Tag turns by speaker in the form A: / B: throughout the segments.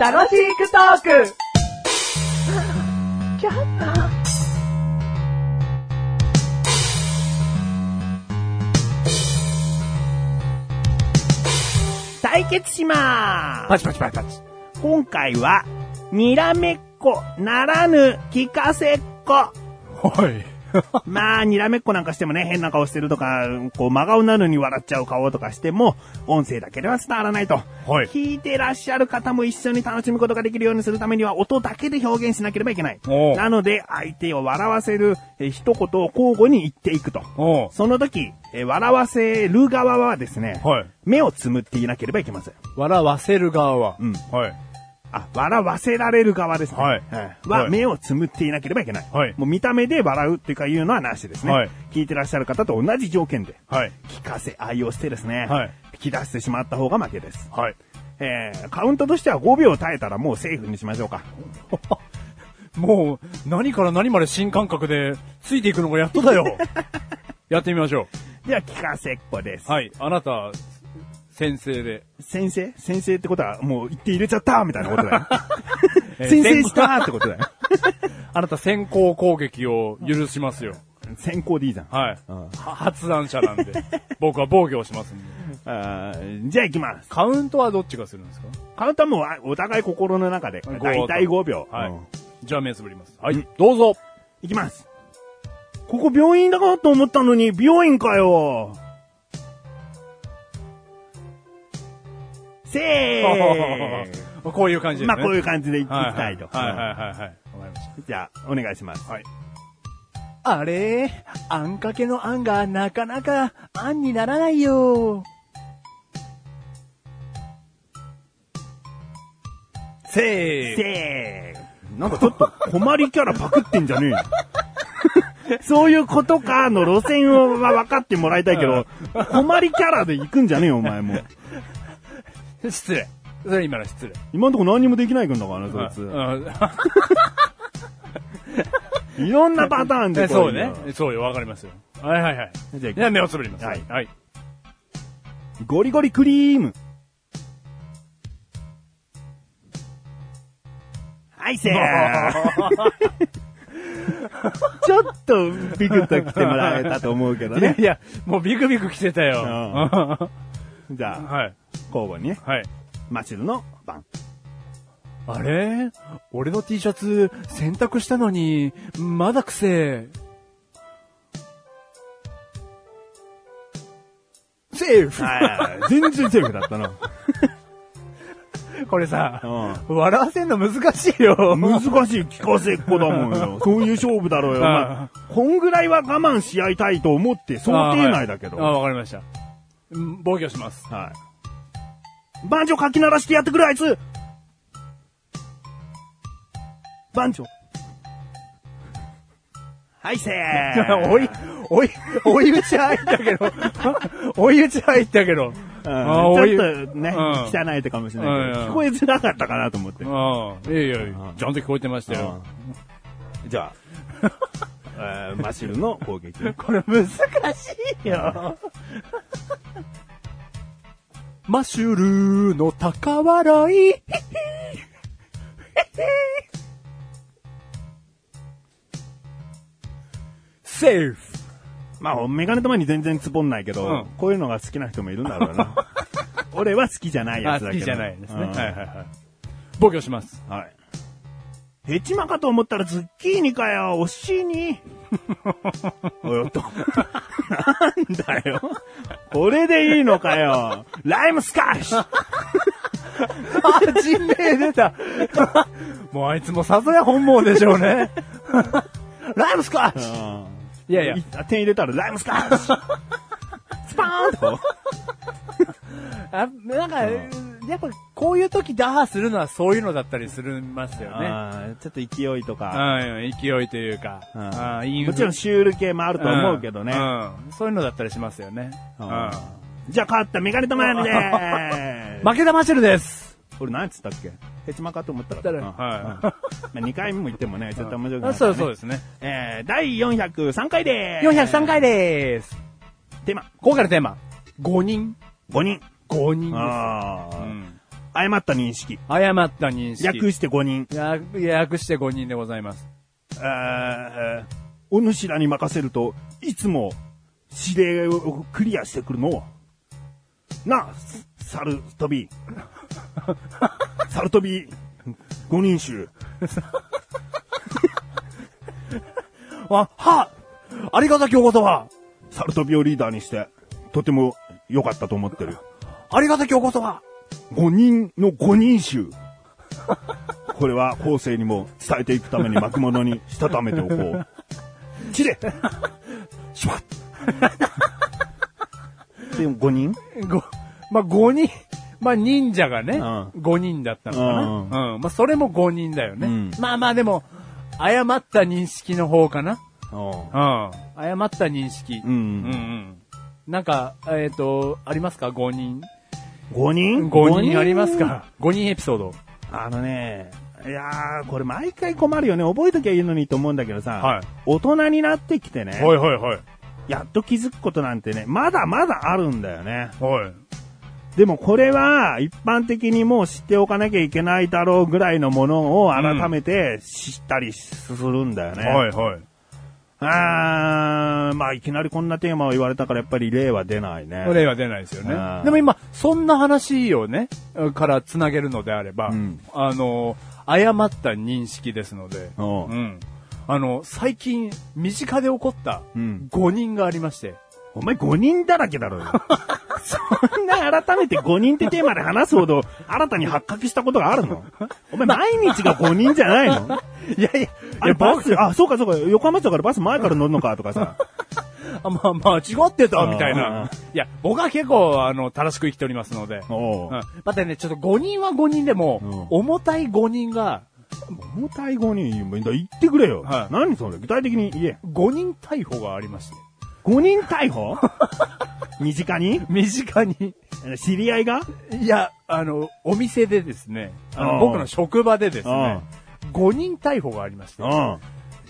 A: 楽しくトーク
B: 対決しま
C: パチパチパチパチ。
B: す今回は、にらめっこならぬ聞かせっこ。
C: はい。
B: まあ、にらめっこなんかしてもね、変な顔してるとか、こう、真顔なのに笑っちゃう顔とかしても、音声だけでは伝わらないと。
C: はい
B: 聞いてらっしゃる方も一緒に楽しむことができるようにするためには、音だけで表現しなければいけない。
C: おう
B: なので、相手を笑わせる、えー一言を交互に言っていくと。
C: おう
B: その時、えー笑わせる側はですね、
C: はい
B: 目をつむっていなければいけません。
C: 笑わせる側は。
B: うん
C: はい。
B: あ、笑わせられる側ですね。
C: はい
B: は、
C: はい
B: 目をつむっていなければいけない。
C: はい
B: もう見た目で笑うっていうか言うのはなしですね。
C: はい
B: 聞いてらっしゃる方と同じ条件で、
C: はい。
B: 聞かせ愛をしてですね、
C: はい
B: 引き出してしまった方が負けです。
C: はい。
B: えー、カウントとしては5秒耐えたらもうセーフにしましょうか。
C: もう、何から何まで新感覚で、ついていくのがやっとだ よ。やってみましょ
B: では、聞かせっこです。
C: う。はい。あなた、先生で。
B: 先生先生ってことはもう言って入れちゃったみたいなことだよ。
C: えー
B: 先生したってことだ よ。
C: あなた先行攻撃を許しますよ。
B: 先行でいいじゃん。
C: はい。
B: うん
C: は発案者なんで。僕は防御をしますんで。
B: あーじゃあ行きます。
C: カウントはどっちがするんですか
B: カウントはもうあお互い心の中で、だいたい5秒。
C: はい。
B: うん
C: じゃあ目つぶります。はい。どうぞ。
B: いきます。ここ病院だかと思ったのに、美容院かよ。せ ー
C: こういう感じですね。
B: まあこういう
C: 感
B: 感じでいき
C: はいは
B: た
C: い
B: いと。
C: はいはいはいはい。わかりまし
B: じゃあ、お願いします。
C: た。はい。
A: あれあんかけのあんがなかなかあんにならないよ。
C: せー。
B: せーなんかちょっと困りキャラパクってんじゃねえよ。 そういうことかの路線をは分かってもらいたいけど、困りキャラで行くんじゃねえよ、お前も。
C: 失礼。それ今の失礼。
B: 今んとこ何にもできないくんだからな、そい
C: あ
B: つ。いろんなパターン
C: うん
B: で
C: そうね。そうよ、わかりますよ。はいはいはい。
B: じゃあ
C: じゃあ目をつぶります。
B: はい
C: はい。
B: ゴリゴリクリーム。はい、せー ちょっとビクッと来てもらえたと思うけど
C: いや
B: ね
C: い。や、もうビクビク来てたよ。
B: うん
C: は
B: じ
C: い。
B: ゃあ、
C: はい。
B: 交互にね、マチルの番。
A: あれ俺の T シャツ洗濯したのに、まだくせえ。セーフ
B: はい全然セーフだったな。
C: これさ、
B: う
C: 笑わせんの難しいよ。
B: 難しい聞かせっこだもんよ。 そういう勝負だろうよ。まあ、こんぐらいは我慢し合いたいと思って想定内だけ
C: あー、はいあ
B: ど。
C: ーわかりました。うん防御します。
B: はい。番長かき鳴らしてやってくれ、あいつ番長。はい、せ ー。
C: 追い、追い、追い打ち入ったけど、 追い打ち入ったけど。
B: うん
C: あー追い
B: ちょっとね、
C: うん
B: 汚いとかもしれないけ
C: うん
B: ど、聞こえづらかったかなと思って。
C: ああ、いやいや、ちゃんと聞こえてましたよ。
B: うんじゃ あ、えーマシルの攻撃。
C: これ難しいよ。
A: マッシュルーの高笑 い。セーフ
B: まあ、メガネ玉に全然つぼんないけど、
C: うん
B: こういうのが好きな人もいるんだろう な。俺は好きじゃないや
C: あ、
B: つ
C: 好
B: だけ
C: き
B: ど。
C: じゃないですね。
B: う
C: は
B: ん
C: いはいはい。防御します。
B: はい。ヘチマかと思ったらズッキーニかよ、惜しい に。およっと。なんだよ。これでいいのかよ。ライムスカッシュ
C: あ、人名出 た。もうあいつもさすが本望でしょう ね。ライブスカッシュいやいや、
B: 点入れたらライムスカッシュスパーンと。
C: あなんか、やっぱこういう時打破するのはそういうのだったりするんますよね。
B: あーちょっと勢いとか。
C: うん、勢いというか。
B: うん
C: あーインフ
B: もちろんシュール系もあると思うけどね。
C: うんうんそういうのだったりしますよね。
B: う
C: うんん
B: じゃあ変わったメガネ玉やねー
C: 負けたマシュルです。
B: 俺何つったっけヘチマかと思ったら。
A: だから
B: うん
C: は
B: まあ、2回目も言ってもね、ちょっと面白くない、
C: あそうそう。ですね。
B: えー、第403回でーす。
C: 403回でーす。
B: テーマ、
C: 今回のテーマ、5人。
B: 5人。
C: 5人で
B: あ
C: す。
B: あ、
C: うん
B: 誤った認識。
C: 誤った認識。
B: 略して5人。
C: 略略して5人でございます。
B: えーお主らに任せると、いつも指令をクリアしてくるのは。なあ、す猿飛 び。猿飛び、五人衆。
C: あ、はありがたきお言葉
B: 猿飛びをリーダーにして、とても良かったと思ってる。
C: ありがたきお言葉
B: 五人の五人衆。これは後世にも伝えていくために幕物にしたためておこ う。ちれ
C: しまっ
B: でも5人
C: ご、まあ、5人、まあ、忍者がね、
B: う
C: 5人だったのかな。うん。まあ、それも5人だよね。
B: うん
C: まあまあ、でも、誤った認識の方かな。
B: う
C: うん。誤った認識。
B: ん。う
C: うん
B: ん
C: うん。なんか、えっ、と、ありますか ?5 人。
B: 5人
C: 5人ありますか ?5 人エピソード。
B: あのね、いやー、これ毎回困るよね。覚えときゃいいのにと思うんだけどさ、
C: はい
B: 大人になってきてね、
C: はいはいはい。
B: やっと気づくことなんてね、まだまだあるんだよね。
C: はい。
B: でもこれは、一般的にもう知っておかなきゃいけないだろうぐらいのものを改めて知ったりするんだよね。
C: はいはい。
B: あー、まあいきなりこんなテーマを言われたからやっぱり例は出ないね。
C: 例は出ないですよ
B: あ
C: ね。
B: ー
C: でも今、そんな話をね、から繋げるのであれば、
B: うん
C: あの、誤った認識ですので、
B: おう
C: うん。あの、最近、身近で起こった
B: うん
C: 5人がありまして、
B: お前5人だらけだ ろよ。そんな改めて5人ってテーマで話すほど新たに発覚したことがあるのお前毎日が5人じゃないの
C: いやいや、
B: あ
C: いや
B: れバ
C: バス、
B: ス、あ、そうかそうか、横浜市だからバス前から乗るのかとか さ。
C: あまあまあ、違ってた、
B: うん
C: みたいな。いや、僕は結構、あの、正しく生きておりますので。
B: お
C: うん
B: う。
C: またね、ちょっと5人は5人でも、重たい5人が、
B: 重たい5人、もう言ってくれよ。
C: はい
B: 何それ具体的に言え。
C: 5人逮捕がありまして。
B: 5人逮 捕身近に
C: 身近に。
B: 知り合いが
C: いや、あの、お店でですね、
B: う
C: あ
B: ん
C: の僕の職場でですね、5人逮捕がありまして、ちょ
B: ん。
C: っ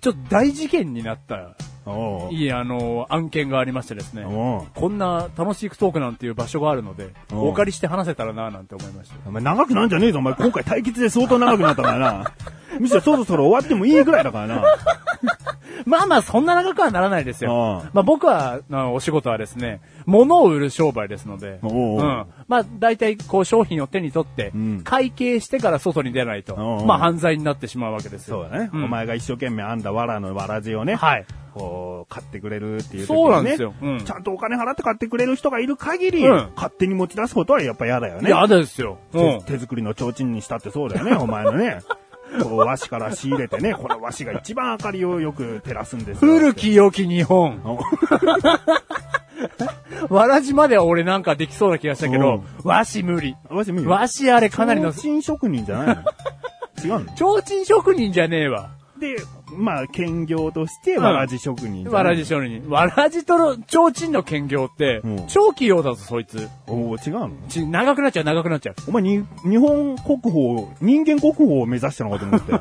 C: と大事件になった、
B: おう。
C: いい、あの、案件がありましてですね、
B: おう
C: こんな楽しいトークなんていう場所があるので、
B: うん
C: お借りして話せたらなぁなんて思いました。
B: お前長くなんじゃねえぞ、お前。今回対決で相当長くなったからな。むしろそろそろ終わってもいいぐらいだからな。
C: まあまあ、そんな長くはならないですよ。
B: うん
C: まあ僕は、あのお仕事はですね、物を売る商売ですので、
B: おうおう
C: うん、まあ大体こう商品を手に取って、
B: ん
C: 会計してから外に出ないと、
B: おうおう
C: まあ犯罪になってしまうわけですよ。
B: そうだね、
C: ん
B: お前が一生懸命編んだ藁の藁地をね、
C: はい。
B: こう、買ってくれるっていう時にね、
C: そうなんですようん
B: ちゃんとお金払って買ってくれる人がいる限り、
C: うん
B: 勝手に持ち出すことはやっぱ嫌だよね。
C: いや、ですよ。
B: 手手作りの提灯にしたってそうだよね、お前のね。こう、和紙から仕入れてね、この和紙が一番明かりをよく照らすんですよ
C: 古。き良き日本。
B: お
C: わらじまでは俺なんかできそうな気がしたけど、和紙無理。
B: 和紙見る
C: 和紙あれかなりの、
B: 提灯職人じゃないの違うの
C: 提灯職人じゃねえわ。
B: で、まあ、兼業として、わらじ職人じゃない
C: わらじ商人。わらじとの、提灯の兼業って、
B: うん
C: 長期用だぞ、そいつ。
B: おー違うの
C: ち、長くなっちゃう、長くなっちゃう。
B: お前に、日本国宝を、人間国宝を目指したのかと思 って。
C: い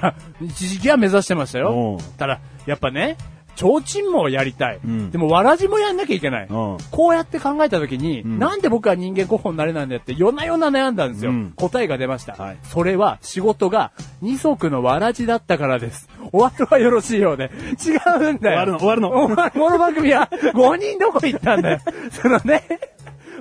C: や、 一時期は目指してました
B: お
C: よ
B: う。
C: ただ、やっぱね、提灯もやりたい。
B: ん
C: でも、わらじもやんなきゃいけない。
B: うん
C: こうやって考えたときに、なんで僕は人間候補になれないんだって、夜な夜な悩んだんですよ。
B: うん
C: 答えが出ました、
B: はい
C: それは、仕事が二足のわらじだったからです。お後はよろしいようで。違うんだよ。
B: 終わるの終わるの
C: お前この番組は、5人どこ行ったんだよ。そのね。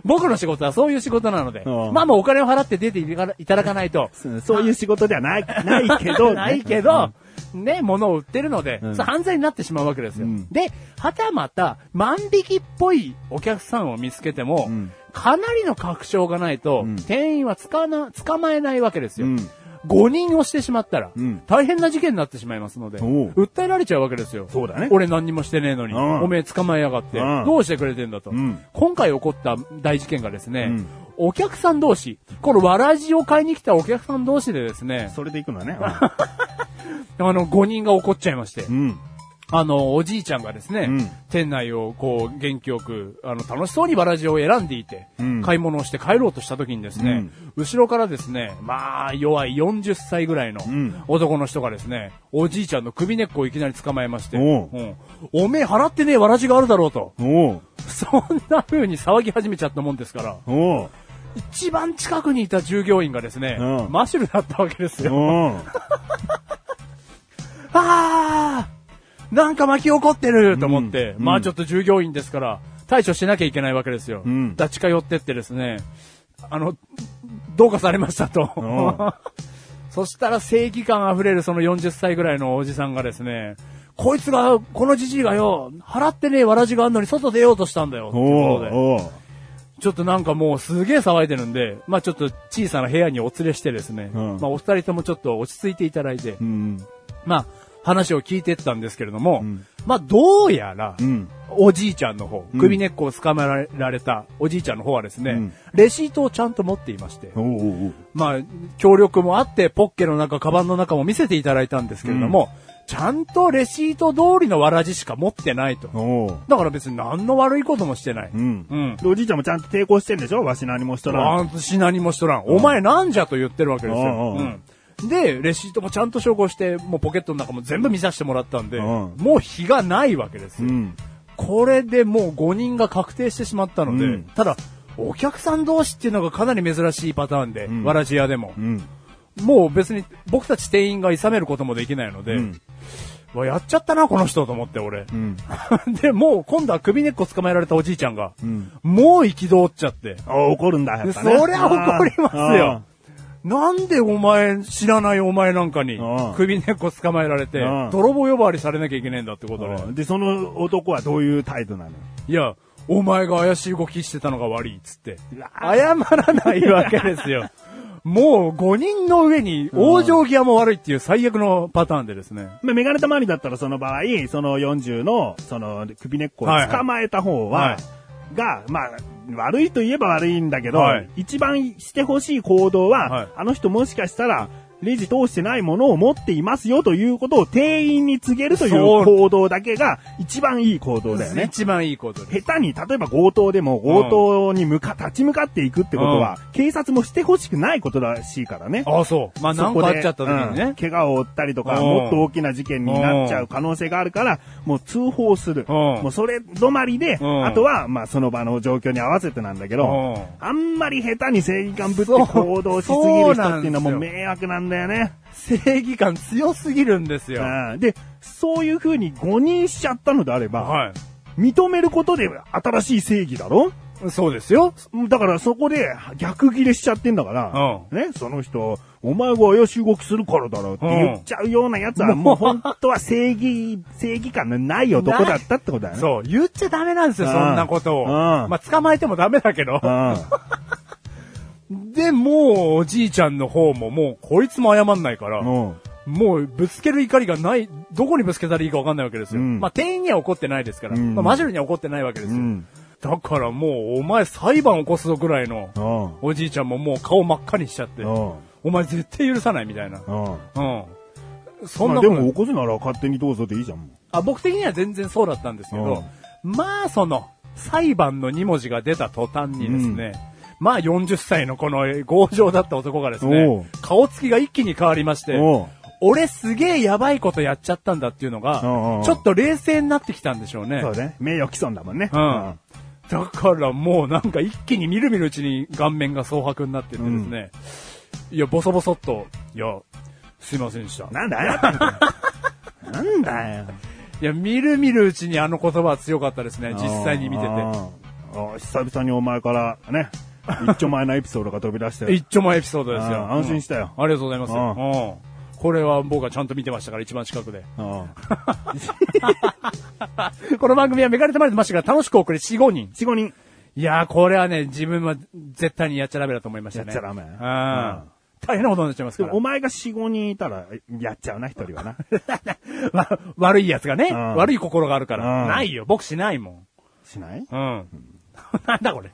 C: 僕の仕事はそういう仕事なので、
B: うん
C: まあもうお金を払って出ていかないただかないと、
B: そうそういう仕事では ない、ないけど、
C: ないけど、ね、物を売ってるので、
B: ん
C: そう犯罪になってしまうわけですよ。
B: うん
C: で、はたまた、万引きっぽいお客さんを見つけても、
B: ん
C: かなりの確証がないと、
B: うん
C: 店員はつかな、捕まえないわけですよ。
B: うん
C: 5人をしてしまったら、
B: うん
C: 大変な事件になってしまいますので、
B: おう
C: 訴えられちゃうわけですよ。
B: そうだね
C: 俺何にもしてねえのに、
B: うん
C: おめえ捕まえやがって、
B: うん
C: どうしてくれてんだと、
B: ん
C: 今回起こった大事件がですね、
B: うん
C: お客さん同士、このわらじを買いに来たお客さん同士でですね、
B: それで行くのはね。
C: あの、5人が怒っちゃいまして
B: う、ん。
C: あの、おじいちゃんがですね、
B: うん
C: 店内をこう、元気よく、あの、楽しそうにバラジを選んでいて、
B: うん
C: 買い物をして帰ろうとした時にですね、後ろからですね、まあ、弱い40歳ぐらいの
B: ん
C: 男の人がですね、おじいちゃんの首根っこをいきなり捕まえまして、
B: おう
C: うんおめえ払ってねえわらじがあるだろうと、
B: おう
C: ふそんな風に騒ぎ始めちゃったもんですから、
B: おう。
C: 一番近くにいた従業員がですね、
B: うん
C: マシュルだったわけですよ。
B: おう。
C: あーなんか巻き起こってると思って、
B: うん
C: ま
B: う
C: あ
B: ん
C: ちょっと従業員ですから、対処しなきゃいけないわけですよ。
B: うん
C: 立ち寄ってってですね、あの、どうかされましたと。 そしたら正義感あふれるその40歳ぐらいのおじさんがですね、こいつが、このじじいがよ、払ってねえわらじがあんのに外出ようとしたんだよ。っていう
B: お
C: ことで
B: う。おう。
C: ちょっとなんかもうすげえ騒いでるんで、まあちょっと小さな部屋にお連れしてですね、
B: うん
C: まあお二人ともちょっと落ち着いていただいて、
B: うん。
C: まあ話を聞いてったんですけれども、
B: うん
C: まあどうやら、
B: うん。
C: おじいちゃんの方
B: う、ん
C: 首根っこを掴められたおじいちゃんの方はですね、
B: うん
C: レシートをちゃんと持っていまして、
B: おうおうおう。
C: まあ協力もあってポッケの中、カバンの中も見せていただいたんですけれども、ちゃんとレシート通りのわらじしか持ってないと。
B: おう。
C: だから別に何の悪いこともしてない。
B: うん。
C: うん
B: でおじいちゃんもちゃんと抵抗してんでしょわし何もしとらん。
C: 私何もしとらん。お前なんじゃと言ってるわけです
B: う
C: よ。
B: んうん
C: うんで、レシートもちゃんと照合して、もうポケットの中も全部見させてもらったんで、
B: うん
C: もう日がないわけです
B: う
C: よ。
B: ん。
C: これでもう5人が確定してしまったので、
B: うん
C: ただ、お客さん同士っていうのがかなり珍しいパターンで、
B: ん
C: わらじ屋でも、
B: うん。
C: もう別に僕たち店員が諌めることもできないので、
B: うん
C: うわやっちゃったな、この人と思って俺。
B: うん。
C: で、もう今度は首根っこ捕まえられたおじいちゃんが、
B: ん
C: もう憤っちゃって、
B: あ怒るんだ、やっぱね。
C: そりゃ怒りますよ
B: あ。
C: なんでお前、知らないお前なんかに
B: うん、
C: 首根っこ捕まえられて
B: うん、
C: 泥棒呼ばわりされなきゃいけないんだってこと
B: あ。
C: で、
B: で、その男はどういう態度なの
C: いや、お前が怪しい動きしてたのが悪いっつって、
B: うわ
C: 謝らないわけで すよ。もう5人の上に、往生際も悪いっていう最悪のパターンでですね。
B: まあメガネたまりだったらその場合、その40の、その首根っこを捕まえた方は、
C: はいは
B: が、まあ、悪いと言えば悪いんだけど、
C: はい
B: 一番してほしい行動は、
C: はい
B: あの人もしかしたら、レジ通してないものを持っていますよということを店員に告げるという
C: そう
B: 行動だけが一番いい行動だよね。
C: 一番いいことで。
B: 下手に、例えば強盗でも強盗に向か、立ち向かっていくってことは、警察もしてほしくないことらしいからね。
C: ああ、そう。まあ、なん
B: そこ
C: かあ
B: で
C: っちゃった時に
B: うん
C: ね。
B: 怪我を負ったりとか、
C: うん
B: もっと大きな事件になっちゃう
C: う
B: ん可能性があるから、もう通報する。
C: うん
B: もうそれ止まりで、
C: うん
B: あとは、まあその場の状況に合わせてなんだけど、
C: うん
B: あんまり下手に正義感ぶって
C: そう
B: 行動しすぎる人っていうのはも
C: そううなんです
B: 迷惑なんだよね。
C: 正義感強すぎるんですよ。
B: うんで、そういう風に誤認しちゃったのであれば、
C: は
B: 認めることで新しい正義だろ
C: い。そうですよ。
B: だからそこで逆切れしちゃってんだから、ね、その人、お前が怪しい動きするからだろって言っちゃうようなやつは、
C: うん
B: もう本当は正義、正義感のない男だったってことだよね。
C: そう、言っちゃダメなんですよ、
B: うん
C: そんなことを。
B: うん
C: まあ、捕まえてもダメだけど
B: う。ん。
C: で、もう、おじいちゃんの方も、もう、こいつも謝んないから、
B: うん。
C: もう、ぶつける怒りがない、どこにぶつけたらいいかわかんないわけですよ。
B: うん
C: まあ、店員には怒ってないですから、
B: うん
C: まあ、マジルには怒ってないわけです
B: う
C: よ。
B: ん。
C: だからもう、お前裁判起こすぞぐらいの、
B: うん。
C: おじいちゃんももう顔真っ赤にしちゃって、
B: うん。
C: お前絶対許さないみたいな。
B: うん。
C: うん。そん
B: まあで
C: なこと
B: も起こすなら勝手にどうぞでいいじゃん。
C: あ、僕的には全然そうだったんですけど、まあその、裁判の2文字が出た途端にですね、まあ40歳のこのえー強情だった男がです
B: おう
C: ね、顔つきが一気に変わりまして、
B: おう
C: 俺すげえやばいことやっちゃったんだっていうの
B: うんう
C: が
B: ん、
C: ちょっと冷静になってきたんでしょうね。
B: そうね。名誉毀損だもんね。
C: うん。だからもうなんか一気にみるみるうちに顔面が蒼白になっててですね、いや、ボソボソっと、いや、すいませんでした。
B: なんだよ。なんだよ。
C: いや、みるみるうちにあの言葉は強かったですね、 実際に見てて。
B: うん。あ久々にお前からね、一丁前なエピソードが飛び出 して。
C: 一丁前エピソードです
B: う
C: よ。
B: ん安心したよ
C: うんありがとうございます。
B: う
C: うんこれは僕はちゃんと見てましたから、一番近くで。
B: うん。
C: この番組はめがれてまいりましたから、楽しく送れ、4、5人。
B: 4、5人。
C: いやー、これはね、自分は絶対にやっちゃダメだと思いましたね。
B: やっちゃダメ
C: うん。
B: うん
C: 大変なことになっちゃいます
B: で
C: か
B: も
C: ら
B: お。前が4、5人いたら、やっちゃうな、一人はな。
C: わ悪いやつがね、
B: うん
C: 悪い心があるから。
B: うん
C: ないよ、僕しないもん。
B: しない
C: うん。なんだこれ。